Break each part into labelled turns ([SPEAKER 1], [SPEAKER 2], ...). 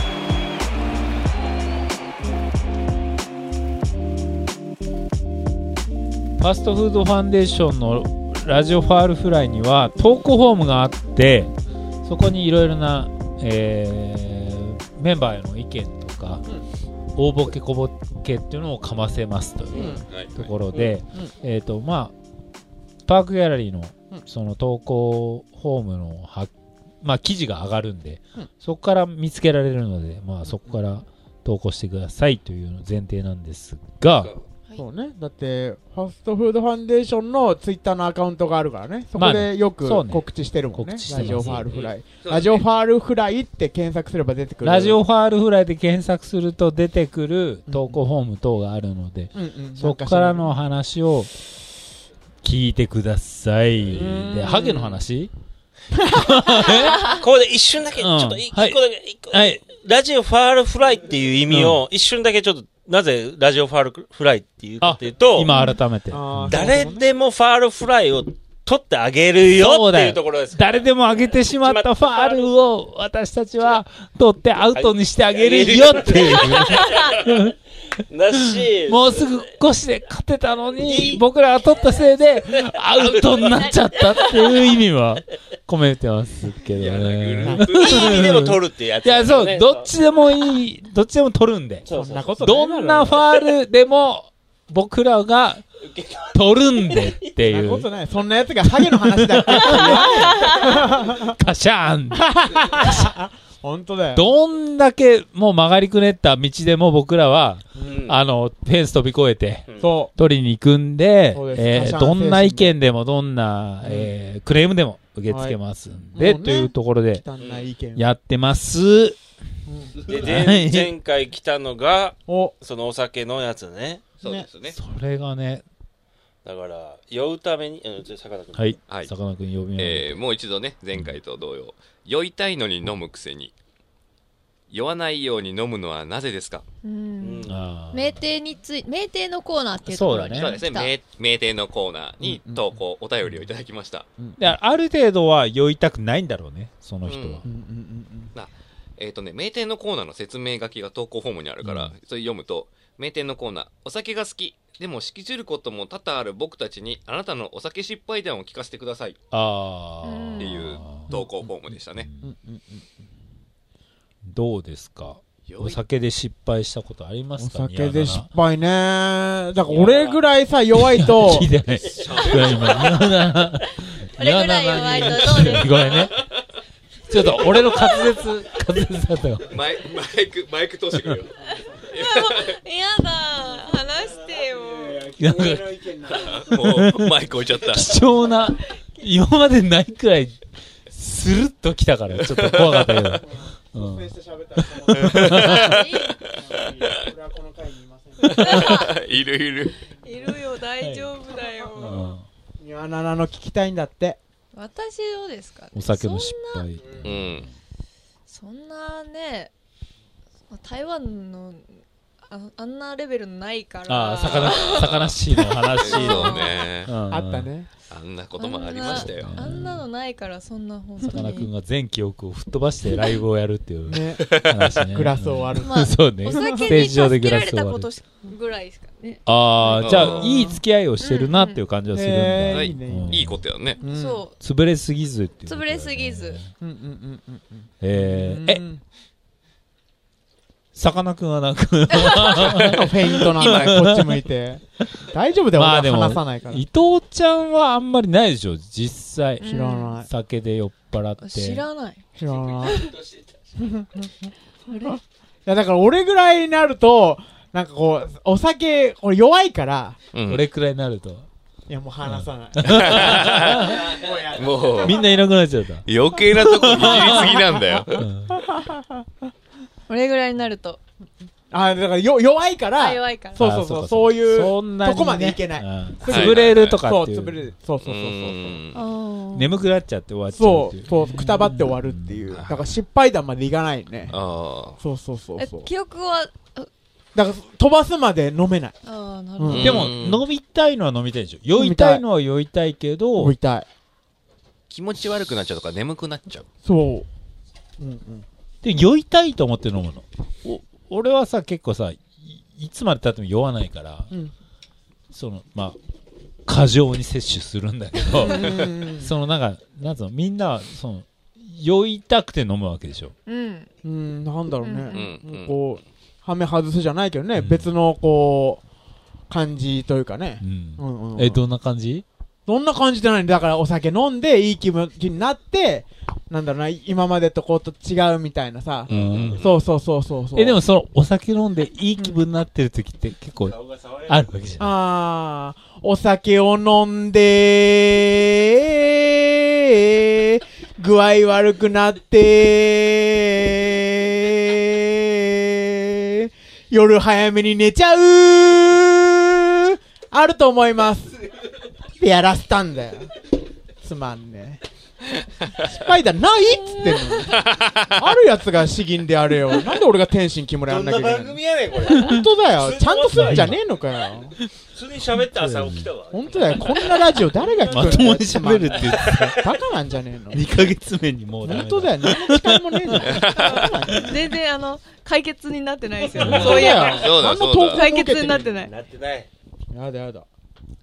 [SPEAKER 1] Hey.
[SPEAKER 2] ファストフードファンデーションのラジオファールフライには投稿フォームがあってそこにいろいろな、えーメンバーへの意見とか、大ボケ小ボケっていうのをかませますという
[SPEAKER 3] はい
[SPEAKER 2] ところで、
[SPEAKER 4] うんうん
[SPEAKER 2] えっ、とまあパークギャラリーの
[SPEAKER 4] うん
[SPEAKER 2] その投稿フォームのは、まあ、記事が上がるんで、
[SPEAKER 4] うん
[SPEAKER 2] そこから見つけられるので、まあ、そこから投稿してくださいというの前提なんですが、
[SPEAKER 4] そうね。だって、ファストフードファンデーションのツイッターのアカウントがあるからね。そ
[SPEAKER 2] ま
[SPEAKER 4] こ
[SPEAKER 2] あね
[SPEAKER 4] でよく
[SPEAKER 2] そうね
[SPEAKER 4] 告知してるもんね。
[SPEAKER 2] 告知してます
[SPEAKER 4] ラジオファールフライ。
[SPEAKER 3] そう
[SPEAKER 4] ラジオファールフライって検索すれば出てくる。
[SPEAKER 2] ラジオファールフライで検索すると出てくる投稿フォーム等があるので、
[SPEAKER 4] うんうん。
[SPEAKER 2] そこからの話を聞いてください。
[SPEAKER 4] うん
[SPEAKER 2] で、ハゲの話
[SPEAKER 5] ここで一瞬だけ、ち
[SPEAKER 2] うん
[SPEAKER 5] ょっとい一個
[SPEAKER 2] は
[SPEAKER 5] だ
[SPEAKER 2] い
[SPEAKER 5] け、一個
[SPEAKER 2] はい。
[SPEAKER 5] ラジオファールフライっていう意味を、一瞬だけちょっと、なぜラジオファールフライっていうかっていうと、
[SPEAKER 2] 今改めて。
[SPEAKER 4] あー
[SPEAKER 5] 誰でもファールフライを取ってあげるよ
[SPEAKER 2] そう
[SPEAKER 5] っ
[SPEAKER 2] だ
[SPEAKER 5] て
[SPEAKER 2] よ
[SPEAKER 5] いうところです。
[SPEAKER 2] 誰でも上げてしまったファールを私たちは取ってアウトにしてあげるよって いう。
[SPEAKER 5] だ し、
[SPEAKER 2] もうすぐ越しで勝てたのに、僕らが取ったせいでアウトになっちゃったっていう意味は込めてますけどね。
[SPEAKER 5] いい意味でも取るっていうやつ、
[SPEAKER 2] いや、そう、どっちでもいい、どっちでも取るんで。
[SPEAKER 5] そうそうそう
[SPEAKER 4] こと
[SPEAKER 2] どんなファールでも、僕らが取るんでって
[SPEAKER 4] そん
[SPEAKER 2] い
[SPEAKER 4] なこ
[SPEAKER 2] う、
[SPEAKER 4] とない。そんなやつがハゲの 話だっけ
[SPEAKER 2] カシャーン。
[SPEAKER 4] 本当だよ。
[SPEAKER 2] どんだけもう曲がりくねった道でも僕らは、
[SPEAKER 5] うん
[SPEAKER 2] あの、フェンス飛び越えて、
[SPEAKER 4] そ
[SPEAKER 2] 取りに行くんで
[SPEAKER 4] そうで、す
[SPEAKER 2] え
[SPEAKER 4] カシ
[SPEAKER 2] ー
[SPEAKER 4] ャン
[SPEAKER 2] どんな
[SPEAKER 4] 精神で
[SPEAKER 2] 意見でも、どんな、えークレームでも受け付けますんで、
[SPEAKER 4] はいもうね
[SPEAKER 2] というところで
[SPEAKER 4] う。、汚い意見。
[SPEAKER 2] やってます。は
[SPEAKER 5] で
[SPEAKER 2] い
[SPEAKER 5] 前前回来たのが、
[SPEAKER 4] お、
[SPEAKER 5] そのお酒のやつね。
[SPEAKER 3] そうですね。
[SPEAKER 2] それがね、
[SPEAKER 5] だから、酔うために、うん、ちょ坂田君。
[SPEAKER 2] はい、
[SPEAKER 3] はい
[SPEAKER 2] さかなクン呼び
[SPEAKER 3] えーもう一度ね、前回と同様。酔いたいのに飲むくせに。酔わないように飲むのはなぜですか
[SPEAKER 6] うん
[SPEAKER 5] うん
[SPEAKER 2] あー
[SPEAKER 6] 名亭につい名亭のコーナーっていうところに
[SPEAKER 2] ね
[SPEAKER 3] そうですね。
[SPEAKER 6] 来た
[SPEAKER 3] 名名店のコーナーに投稿、お便りをいただきました。
[SPEAKER 2] である程度は酔いたくないんだろうね、その人は。
[SPEAKER 3] うん
[SPEAKER 4] うんうんうん
[SPEAKER 3] えっ、とね、名店のコーナーの説明書きが投稿フォームにあるから、
[SPEAKER 2] うん
[SPEAKER 3] それ読むと、名店のコーナー、お酒が好き。でも、しきじることも多々ある僕たちに、あなたのお酒失敗談を聞かせてください。
[SPEAKER 2] あ
[SPEAKER 6] うん
[SPEAKER 2] あ。
[SPEAKER 6] って
[SPEAKER 3] いう投稿フォームでしたね。
[SPEAKER 4] うんうんうん
[SPEAKER 2] どうですかお
[SPEAKER 3] 酔い
[SPEAKER 2] 酒で失敗したことありま
[SPEAKER 4] お
[SPEAKER 2] すか
[SPEAKER 4] 酒で失
[SPEAKER 2] 宮
[SPEAKER 4] 敗ねだから俺ぐらいさ、弱い
[SPEAKER 2] 川 さ
[SPEAKER 4] と
[SPEAKER 2] ん聞い、てない。これ今、
[SPEAKER 6] 俺ぐらい弱いとどうですか
[SPEAKER 2] ごめんね。ちょっと俺の滑舌、滑舌だったよ。
[SPEAKER 3] マイマイク、マイク通してくれ よ。
[SPEAKER 6] やだ話してよ
[SPEAKER 2] なんか
[SPEAKER 3] もう、マイク置いちゃった。
[SPEAKER 2] 貴重な、今までないくらい、スルッと来たから、ちょっと怖かったけど。うん
[SPEAKER 3] いるいる。
[SPEAKER 6] いるよ大丈夫だよ、
[SPEAKER 2] うん
[SPEAKER 4] ニワナナの聞きたいんだって。
[SPEAKER 6] 私どうですかね
[SPEAKER 2] お酒の失敗。
[SPEAKER 3] うん。
[SPEAKER 6] そんなそんなね台湾のああんなレベルないか
[SPEAKER 2] あ
[SPEAKER 6] ら
[SPEAKER 2] あ、魚、魚シーの話の。
[SPEAKER 3] そうね。
[SPEAKER 2] あ
[SPEAKER 4] あったね。
[SPEAKER 3] あんなこともありましたよ。
[SPEAKER 6] あんなのないからそんな本
[SPEAKER 2] さか
[SPEAKER 6] 当
[SPEAKER 2] なクン
[SPEAKER 6] に
[SPEAKER 2] が全記憶を吹っ飛ばしてライブをやるっていう
[SPEAKER 4] ね。
[SPEAKER 2] 話ね。
[SPEAKER 4] グラスを割る。
[SPEAKER 6] ま あ
[SPEAKER 2] そうね。
[SPEAKER 6] お
[SPEAKER 2] ス
[SPEAKER 6] 酒
[SPEAKER 2] テー
[SPEAKER 6] に
[SPEAKER 2] ジ上
[SPEAKER 6] 助
[SPEAKER 2] で
[SPEAKER 6] け
[SPEAKER 2] グ
[SPEAKER 6] ら
[SPEAKER 2] ラ
[SPEAKER 6] れ
[SPEAKER 2] スを
[SPEAKER 6] た
[SPEAKER 2] 割
[SPEAKER 6] こ
[SPEAKER 2] る
[SPEAKER 6] と。しぐらいしかね、
[SPEAKER 2] ああ、じゃ
[SPEAKER 3] う
[SPEAKER 2] あ、
[SPEAKER 3] ん
[SPEAKER 2] いい付き合いをしてるなっていう感じはするん
[SPEAKER 4] え
[SPEAKER 2] だ。
[SPEAKER 4] ー
[SPEAKER 3] はい
[SPEAKER 4] いね
[SPEAKER 2] うん
[SPEAKER 3] いいことやね。
[SPEAKER 4] うん
[SPEAKER 6] そ
[SPEAKER 2] 潰れすぎずっていううこと
[SPEAKER 6] 潰
[SPEAKER 2] だよね。
[SPEAKER 6] れすぎず
[SPEAKER 4] うんうんうんうんうん。
[SPEAKER 2] えー。え、
[SPEAKER 4] え、
[SPEAKER 2] さかなクンはなんか、
[SPEAKER 4] フェイントなんだよ、こっち向いて。大丈夫だよ、
[SPEAKER 2] まあ
[SPEAKER 4] 俺
[SPEAKER 2] で
[SPEAKER 4] は
[SPEAKER 2] も
[SPEAKER 4] 話さないから。
[SPEAKER 2] 伊藤ちゃんはあんまりないでしょ、実際。
[SPEAKER 6] うん
[SPEAKER 4] 知らない。
[SPEAKER 2] 酒で酔っ払って。
[SPEAKER 6] 知らない
[SPEAKER 4] 知らない。い や、だから俺ぐらいになると、なんかこう、お酒、俺弱いから、
[SPEAKER 3] うん
[SPEAKER 2] どれくらいになると。
[SPEAKER 4] いや、もう話さない。
[SPEAKER 3] もう、
[SPEAKER 2] みんないなくなっちゃった。
[SPEAKER 3] 余計なとこいじりすぎなんだよ。
[SPEAKER 2] うん
[SPEAKER 6] これぐらいになると
[SPEAKER 4] あだからよ弱いから
[SPEAKER 6] あ弱いから
[SPEAKER 4] そうそうそうそういう
[SPEAKER 2] そんなにね
[SPEAKER 4] とこまでいけない
[SPEAKER 2] うん
[SPEAKER 4] すぐ
[SPEAKER 2] 潰れるとか
[SPEAKER 4] そ
[SPEAKER 2] っ
[SPEAKER 4] う
[SPEAKER 2] ていう
[SPEAKER 4] 潰れるそうそうそうそう
[SPEAKER 3] ーん
[SPEAKER 6] あ
[SPEAKER 2] 眠くなっちゃって終わっちゃうっ
[SPEAKER 4] そ
[SPEAKER 2] ていう
[SPEAKER 4] うそうくたばって終わるっていうだから失敗談までいかない ね
[SPEAKER 3] あ
[SPEAKER 4] そうそうそう
[SPEAKER 6] え
[SPEAKER 4] そう
[SPEAKER 6] 記憶はあ
[SPEAKER 4] だから飛ばすまで飲めない
[SPEAKER 6] あーな
[SPEAKER 4] う
[SPEAKER 6] るほ
[SPEAKER 4] ん
[SPEAKER 6] ど
[SPEAKER 2] でも
[SPEAKER 3] うん
[SPEAKER 2] 飲みたいのは飲みたいでしょ酔いたいのは酔いたいけど
[SPEAKER 4] 飲みたい
[SPEAKER 3] ー気持ち悪くなっちゃうとか眠くなっちゃう
[SPEAKER 4] そううんうん
[SPEAKER 2] で酔いたいと思って飲むのお俺はさ結構さいいつまでたっても酔わないから、
[SPEAKER 4] うん
[SPEAKER 2] そのまあ過剰に摂取するんだけど
[SPEAKER 4] うん
[SPEAKER 2] そのなんかなんつうのみんなはその酔いたくて飲むわけでしょ
[SPEAKER 6] うん
[SPEAKER 4] うんなんだろう
[SPEAKER 6] う
[SPEAKER 4] ね
[SPEAKER 3] うんうん
[SPEAKER 4] こうはめ外すじゃないけどね
[SPEAKER 2] うん
[SPEAKER 4] 別のこう感じというかね
[SPEAKER 2] うん
[SPEAKER 4] うんうんうん
[SPEAKER 2] えどんな感じ
[SPEAKER 4] そんな感じじゃないんだだからお酒飲んでいい気分になってなんだろうな今までとこうと違うみたいなさ
[SPEAKER 2] うん
[SPEAKER 4] そうそうそうそうそう
[SPEAKER 2] えでもそのお酒飲んでいい気分になってる時って結構あるわけじゃん
[SPEAKER 4] ああ、お酒を飲んで、具合悪くなって、夜早めに寝ちゃう、あると思います。ってやらせたんだよ。つまんねえ。失敗だ、ないっつってんのに。あるやつが詩吟であれよ。なんで俺が天心木村やんなきゃいけないの
[SPEAKER 5] やね ん、これ。
[SPEAKER 4] 本当だよ。ちゃんとすんじゃねえのかよ。
[SPEAKER 5] 普通に喋って朝起きたわ。
[SPEAKER 4] 本当だよ、こんなラジオ誰が聞く
[SPEAKER 2] まともに喋るって言ってさ
[SPEAKER 4] バカなんじゃねえの
[SPEAKER 2] 2ヶ月目にもうダメ
[SPEAKER 4] 本当だよ、何の誓いもねえじゃん。
[SPEAKER 6] 全然あの解決になってないですよ
[SPEAKER 2] うん
[SPEAKER 6] そういえば
[SPEAKER 3] そうだ
[SPEAKER 4] 何の
[SPEAKER 3] そう
[SPEAKER 4] 投
[SPEAKER 3] だ
[SPEAKER 4] 稿
[SPEAKER 6] 解決になって
[SPEAKER 4] い。
[SPEAKER 6] ない
[SPEAKER 5] なってない。
[SPEAKER 4] やだやだ。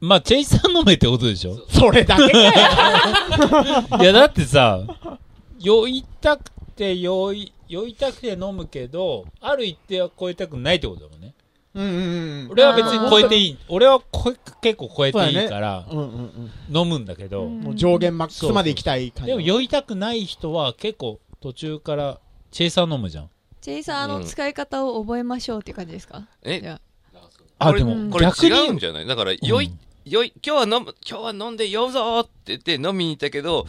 [SPEAKER 2] まあチェイサー飲めってことでしょ
[SPEAKER 4] それだけかよ。
[SPEAKER 2] いやだってさ酔いたくて酔い酔いたくて飲むけどある一定は超えたくないってことだもんね
[SPEAKER 4] うんうんうん。
[SPEAKER 2] 俺は別に超えていい俺はこ結構超えていいから、
[SPEAKER 4] うんうん
[SPEAKER 2] 飲むんだけど、
[SPEAKER 6] うん
[SPEAKER 4] うん。もう上限マックスまで行きたい感じ。
[SPEAKER 2] でも酔いたくない人は結構途中からチェイサー飲むじゃん
[SPEAKER 6] ジェイさんあ
[SPEAKER 3] う
[SPEAKER 6] の
[SPEAKER 3] ん
[SPEAKER 6] 使い方を覚えましょうっていう感じですかじ
[SPEAKER 3] え
[SPEAKER 6] ゃ
[SPEAKER 2] あ
[SPEAKER 3] これ
[SPEAKER 2] で
[SPEAKER 6] うん
[SPEAKER 2] も
[SPEAKER 3] これ
[SPEAKER 2] 逆
[SPEAKER 3] 違うん
[SPEAKER 2] に
[SPEAKER 3] じゃないだから酔い、酔い今日は飲む今日は飲んで酔うぞーって言って飲みに行ったけど、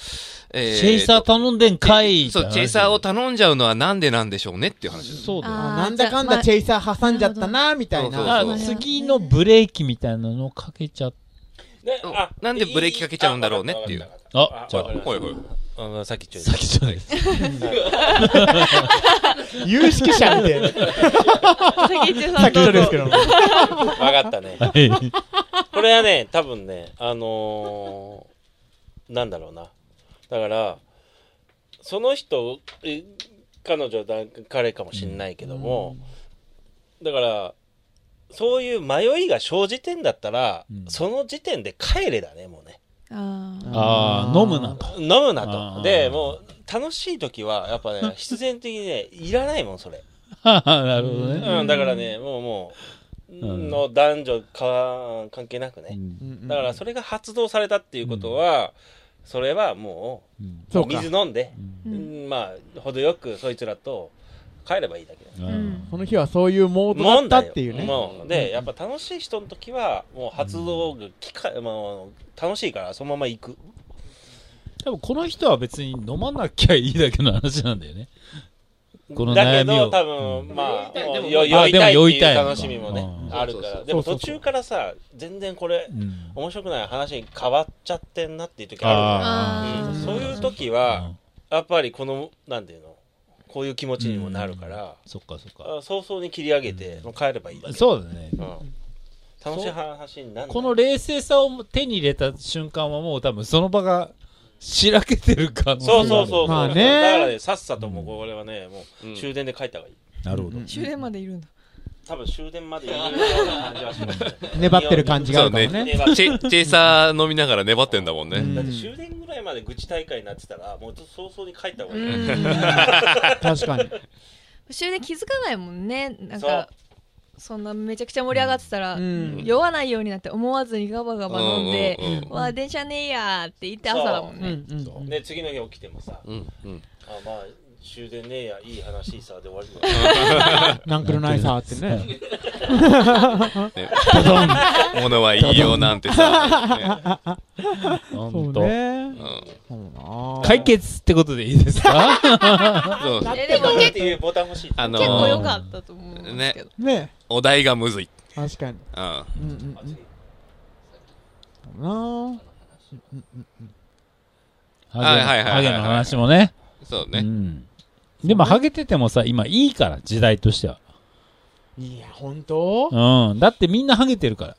[SPEAKER 3] え
[SPEAKER 2] チェイサー頼んでんかい
[SPEAKER 3] そうチェイサーを頼んじゃうのはなんでなんでしょうねっていう話です
[SPEAKER 2] そうだよ
[SPEAKER 6] あ
[SPEAKER 4] あなんだかんだチェイサー挟んじゃったな、みたい
[SPEAKER 3] そうそう
[SPEAKER 4] な。
[SPEAKER 2] あ
[SPEAKER 3] そう
[SPEAKER 2] 次のブレーキみたいなのをかけちゃっ
[SPEAKER 5] ね
[SPEAKER 3] うんなんでブレーキかけちゃうんだろうねっていう
[SPEAKER 5] あわかったわか
[SPEAKER 2] あ
[SPEAKER 5] った
[SPEAKER 2] じゃあ
[SPEAKER 5] わかった
[SPEAKER 3] はいはい
[SPEAKER 5] あのさっきちょい
[SPEAKER 2] 先じゃない
[SPEAKER 4] 有識者みたい な。
[SPEAKER 6] あ先一さ
[SPEAKER 4] さっき一
[SPEAKER 6] んど
[SPEAKER 4] 緒
[SPEAKER 6] う
[SPEAKER 4] です
[SPEAKER 6] ぞ
[SPEAKER 4] けども。
[SPEAKER 5] わかったね。
[SPEAKER 2] はい
[SPEAKER 5] これはね、多分ね、あのー、なんだろうな。だから、その人、え彼女だ、彼かもしんないけども、だから、そういう迷いが生じてんだったら、
[SPEAKER 2] うん
[SPEAKER 5] その時点で帰れだね、もうね。
[SPEAKER 6] あー
[SPEAKER 2] ああ飲むなと
[SPEAKER 5] 飲む
[SPEAKER 2] あ
[SPEAKER 5] な
[SPEAKER 2] ー
[SPEAKER 5] と。で、もう、楽しい時は、やっぱ ね、必然的にね、いらないもん、それ。
[SPEAKER 2] なるほどね
[SPEAKER 5] うん、だからね、もうもう、
[SPEAKER 2] ん
[SPEAKER 5] の男女か関係なくね。だから、それが発動されたっていうことは、それはも
[SPEAKER 2] うん
[SPEAKER 5] う、
[SPEAKER 4] そうか
[SPEAKER 5] 水。飲んで、
[SPEAKER 6] う
[SPEAKER 5] うんんまあ、程よくそいつらと帰ればいいだけだ。
[SPEAKER 2] うん
[SPEAKER 6] うん
[SPEAKER 4] その日はそういうモード
[SPEAKER 5] もん
[SPEAKER 4] だ
[SPEAKER 5] だ
[SPEAKER 4] ったっていうね。
[SPEAKER 5] もうで、やっぱ楽しい人の時は、もう発動が機会、まあ、楽しいから、そのまま行く。
[SPEAKER 2] 多分この人は別に飲まなきゃいいだけの話なんだよねこの
[SPEAKER 5] だ
[SPEAKER 2] 悩
[SPEAKER 5] け
[SPEAKER 2] みを
[SPEAKER 5] ど、多分、まあ、
[SPEAKER 3] でも
[SPEAKER 5] もう
[SPEAKER 3] 酔
[SPEAKER 5] よ酔
[SPEAKER 3] い
[SPEAKER 5] い
[SPEAKER 2] た
[SPEAKER 5] た
[SPEAKER 2] いあ
[SPEAKER 5] いって
[SPEAKER 2] でも酔い
[SPEAKER 5] い
[SPEAKER 2] たいうのか
[SPEAKER 5] 楽しみもね
[SPEAKER 2] う、ん
[SPEAKER 5] ある
[SPEAKER 3] そう
[SPEAKER 5] か
[SPEAKER 3] そうそ
[SPEAKER 5] ら。
[SPEAKER 3] う
[SPEAKER 5] でも途中からさ、全然これ、
[SPEAKER 2] うん
[SPEAKER 5] 面白くない話に変わっちゃってんなっていう時ある
[SPEAKER 6] あ
[SPEAKER 5] じゃん
[SPEAKER 6] ー
[SPEAKER 5] うんそういう時
[SPEAKER 2] う
[SPEAKER 5] は
[SPEAKER 2] ん、
[SPEAKER 5] やっぱりこの、なんていうの、こういう気持ちにもなるから、
[SPEAKER 2] そっかそっか
[SPEAKER 5] あ早々に切り上げて、もう帰ればいいだけ。
[SPEAKER 2] そうだね
[SPEAKER 5] うん楽しい話になる
[SPEAKER 2] この冷静さを手に入れた瞬間はもう多分その場がしらけてる可能性があ
[SPEAKER 5] そ
[SPEAKER 2] る
[SPEAKER 5] うそうそうそう、
[SPEAKER 4] まあね
[SPEAKER 5] だからねさっさともうこれはねも
[SPEAKER 3] う
[SPEAKER 5] うん終電で帰った方がいい
[SPEAKER 2] なるほど
[SPEAKER 6] 終電までいるんだ
[SPEAKER 5] 多分終電までいるような感じはしますね
[SPEAKER 4] 粘ってる感じがあるかも
[SPEAKER 3] そう
[SPEAKER 4] ね。
[SPEAKER 5] 粘って
[SPEAKER 3] チェチェイサー飲みながら粘ってんだもんね、
[SPEAKER 4] うん
[SPEAKER 5] だって終電ぐらいまで愚痴大会になってたらもう早々に帰った方が
[SPEAKER 6] う
[SPEAKER 5] いい、
[SPEAKER 6] ん
[SPEAKER 4] 確かに。
[SPEAKER 6] 終電気づかないもんねなんかそんなめちゃくちゃ盛り上がってたら
[SPEAKER 4] うん
[SPEAKER 6] 酔わないようになって思わずにガバガバ飲んで
[SPEAKER 3] うんうん
[SPEAKER 6] 「わあ電車ねえや」って言って朝だもん
[SPEAKER 4] う
[SPEAKER 6] ね
[SPEAKER 4] んうん
[SPEAKER 5] で次の日起きてもさ
[SPEAKER 3] うんうん
[SPEAKER 5] あまあ終電ねえや、いい話さ、で終わりだ。
[SPEAKER 4] なんくるないさーってね。
[SPEAKER 3] ね物はいいよなんてさ、
[SPEAKER 4] そ
[SPEAKER 2] ほ
[SPEAKER 4] うん
[SPEAKER 2] と。
[SPEAKER 3] ね
[SPEAKER 4] ね。
[SPEAKER 3] う
[SPEAKER 4] そうな
[SPEAKER 2] 解決ってことでいいですか
[SPEAKER 3] んそう
[SPEAKER 6] えでも
[SPEAKER 5] っ
[SPEAKER 6] 結
[SPEAKER 5] ていうボタン欲しい。
[SPEAKER 3] あの
[SPEAKER 6] 結構良
[SPEAKER 3] ー、
[SPEAKER 6] かったと思うんですけど、
[SPEAKER 4] ね
[SPEAKER 3] お題がむずい、
[SPEAKER 4] 確かに。
[SPEAKER 3] うん、
[SPEAKER 4] うんうんうん。そうなー
[SPEAKER 3] はいはいは
[SPEAKER 2] ハ
[SPEAKER 3] いはいはい
[SPEAKER 2] ゲの話もね。
[SPEAKER 3] そう
[SPEAKER 2] う
[SPEAKER 3] ね、
[SPEAKER 2] んでも、ハゲててもさ、今いいから、時代としては。
[SPEAKER 4] いや、本当
[SPEAKER 2] うん。だってみんなハゲてるから。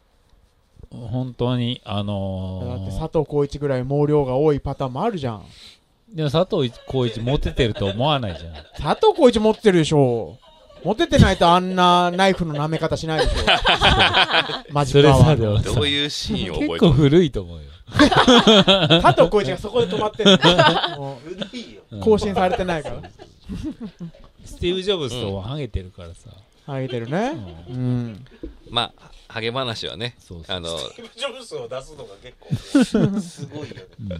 [SPEAKER 2] 本当に、あ
[SPEAKER 4] だって
[SPEAKER 2] の
[SPEAKER 4] 佐藤浩市ぐらい毛量が多いパターンもあるじゃん。
[SPEAKER 2] ー、でも佐藤浩市モテてると思わないじゃん。
[SPEAKER 4] 佐藤浩市持ってるでしょ。持ててないとあんなナイフの舐め方しない でしょ。マジ
[SPEAKER 2] そ
[SPEAKER 4] ック
[SPEAKER 2] れ
[SPEAKER 4] アワ
[SPEAKER 2] さ、
[SPEAKER 4] ー
[SPEAKER 2] で
[SPEAKER 4] の
[SPEAKER 2] も
[SPEAKER 3] ど
[SPEAKER 2] さ
[SPEAKER 3] ういうシーンを覚え
[SPEAKER 2] 結
[SPEAKER 3] て
[SPEAKER 2] 構
[SPEAKER 3] る
[SPEAKER 2] 古いと思うよ。
[SPEAKER 4] 佐藤浩市がそこで止 まってる。も
[SPEAKER 5] 古いよ。
[SPEAKER 2] う
[SPEAKER 4] うん更新されてないから。
[SPEAKER 2] スティーブ・ジョブズとはハゲてるからさ。
[SPEAKER 4] あげてるね。うん。
[SPEAKER 3] まあハゲ話はね
[SPEAKER 2] そうそう
[SPEAKER 3] あの
[SPEAKER 5] ジョブスを出すのが結構、すごいよね。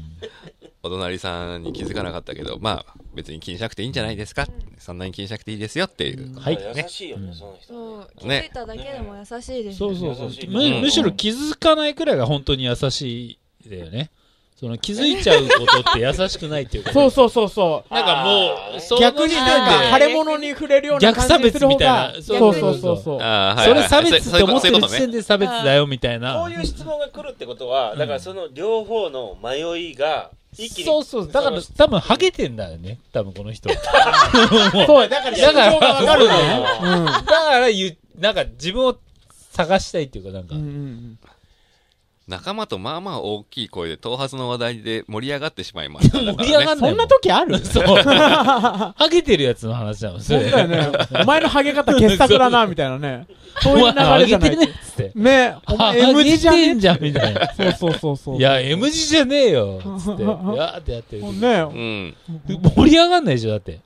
[SPEAKER 3] お隣さんに気づかなかったけどまあ別に気にしなくていいんじゃないですかそんなに気にしなくていいですよっていう、
[SPEAKER 2] はい
[SPEAKER 5] 優しいよね、その人。
[SPEAKER 6] そう気
[SPEAKER 3] ね
[SPEAKER 6] づいただけでも優しいです
[SPEAKER 2] そ
[SPEAKER 6] よ
[SPEAKER 2] う
[SPEAKER 6] ね、
[SPEAKER 2] そうそう
[SPEAKER 5] 優しい。
[SPEAKER 2] むむしろ気づかないくらいが本当に優しいだよね。その気づいちゃうことって優しくないっていうか。
[SPEAKER 4] そうそうそうそう。
[SPEAKER 2] なんかもう、その
[SPEAKER 4] 逆になん
[SPEAKER 2] 時点
[SPEAKER 4] か、
[SPEAKER 2] で
[SPEAKER 4] 腫れ物に触れるような感じにする方が
[SPEAKER 2] 逆差別みたいな
[SPEAKER 4] そうそうそうそう。
[SPEAKER 3] あー
[SPEAKER 2] それ差別
[SPEAKER 3] そ
[SPEAKER 2] って思ってる
[SPEAKER 3] そういうこと
[SPEAKER 2] 時
[SPEAKER 3] そういう
[SPEAKER 2] 点で差別だよみたいな。
[SPEAKER 5] こういう質問が来るってことは、だからその両方の迷いが、一気に。
[SPEAKER 2] そうそう。だから
[SPEAKER 5] そ
[SPEAKER 2] 多分ハゲてんだよね。多分この 人。だか
[SPEAKER 4] そう、だから、
[SPEAKER 2] だから
[SPEAKER 4] 心情がわかるのよ。
[SPEAKER 2] ら言う、なんか自分を探したいっていうか、なんか
[SPEAKER 4] うん。うんうん
[SPEAKER 3] 仲間とまあまあ大きい声で頭髪の話題で盛り上がってしまいました、
[SPEAKER 2] 盛り上が
[SPEAKER 3] だ
[SPEAKER 2] ん
[SPEAKER 3] か
[SPEAKER 2] な
[SPEAKER 4] そ
[SPEAKER 2] い
[SPEAKER 4] ん
[SPEAKER 2] も
[SPEAKER 4] な時ある
[SPEAKER 2] そう。ハゲてるやつの話だもん、そ
[SPEAKER 4] そうだ
[SPEAKER 2] れ。
[SPEAKER 4] よね。お前のハゲ方傑作だな、みたいなね。そう
[SPEAKER 2] お
[SPEAKER 4] い
[SPEAKER 2] 前、
[SPEAKER 4] う流
[SPEAKER 2] ハ
[SPEAKER 4] れじ
[SPEAKER 2] ゲ
[SPEAKER 4] ゃな
[SPEAKER 2] て
[SPEAKER 4] い
[SPEAKER 2] ね。っつって。
[SPEAKER 4] ね
[SPEAKER 2] ハ
[SPEAKER 4] お前 M
[SPEAKER 2] ゲ
[SPEAKER 4] 字じゃ
[SPEAKER 2] て
[SPEAKER 4] ね
[SPEAKER 2] んじゃん、みたいな。
[SPEAKER 4] そうそうそうそう。
[SPEAKER 2] いや、M 字じゃねえよ、つ って。やーってやってる。
[SPEAKER 4] もう
[SPEAKER 2] 盛
[SPEAKER 4] ね
[SPEAKER 3] う、ん
[SPEAKER 2] り上がんないでしょ、だって。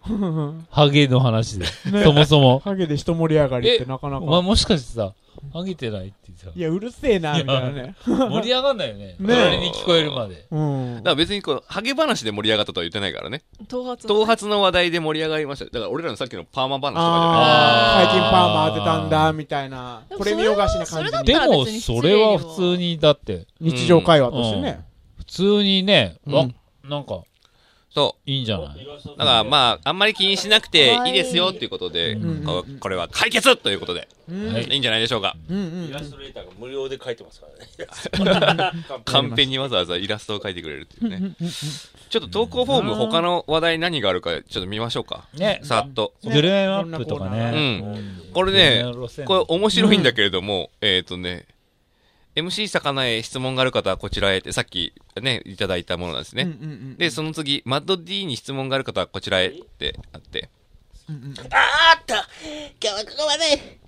[SPEAKER 2] ハゲの話で。そもそも。
[SPEAKER 4] ハゲで一盛り上がりってなかな
[SPEAKER 2] お前
[SPEAKER 4] か。
[SPEAKER 2] もしかしてさ、ハゲてないってさ
[SPEAKER 4] い、や、うるせえな、みたいなね。
[SPEAKER 2] 盛り上がんないよ ね。
[SPEAKER 4] ねえ
[SPEAKER 2] 隣に聞こえるまで。
[SPEAKER 4] うん
[SPEAKER 3] だか。ら別にこうハゲ話で盛り上がったとは言ってないからね
[SPEAKER 6] 頭髪
[SPEAKER 3] 頭髪の話題で盛り上がりましただから俺らのさっきのパーマ話とかじゃ
[SPEAKER 4] あ
[SPEAKER 2] あー
[SPEAKER 4] ー最近パーマ当てたんだ、みたいな
[SPEAKER 6] で。も
[SPEAKER 4] プ
[SPEAKER 6] それ
[SPEAKER 4] レミ
[SPEAKER 6] は
[SPEAKER 4] オ菓子な感
[SPEAKER 6] それだっ
[SPEAKER 4] じ
[SPEAKER 2] で
[SPEAKER 4] に。
[SPEAKER 6] た
[SPEAKER 2] も、それは普通に、だって、
[SPEAKER 4] 日常会話としてね。
[SPEAKER 2] 普通にね、わ
[SPEAKER 4] うん
[SPEAKER 2] なんか、
[SPEAKER 3] ないそ
[SPEAKER 2] いいんじゃ ない、
[SPEAKER 3] うだからまああんまり気にしなくていいですよっていうことで、
[SPEAKER 4] ん
[SPEAKER 3] ここれは解決ということで、
[SPEAKER 4] うん
[SPEAKER 2] はい
[SPEAKER 3] いいんじゃないでしょうか
[SPEAKER 4] うんう
[SPEAKER 5] イ
[SPEAKER 4] ん
[SPEAKER 5] ラストレーターが無料で書いてますからね。
[SPEAKER 3] カンペにわざわざイラストを描いてくれるっていうね。ちょっと投稿フォーム、他の話題何があるか、ちょっと見ましょうか。
[SPEAKER 2] ね
[SPEAKER 3] さっと。
[SPEAKER 2] グルメマップとか
[SPEAKER 3] う
[SPEAKER 2] ね。
[SPEAKER 3] ん。これね、これ面白いんだけれども、えっとね、MC 魚へ質問がある方はこちらへって、さっきね、いただいたものなんです
[SPEAKER 4] うん。
[SPEAKER 3] ね。で、その次、マッド D に質問がある方はこちらへってあって、
[SPEAKER 5] あーっと今日はここまで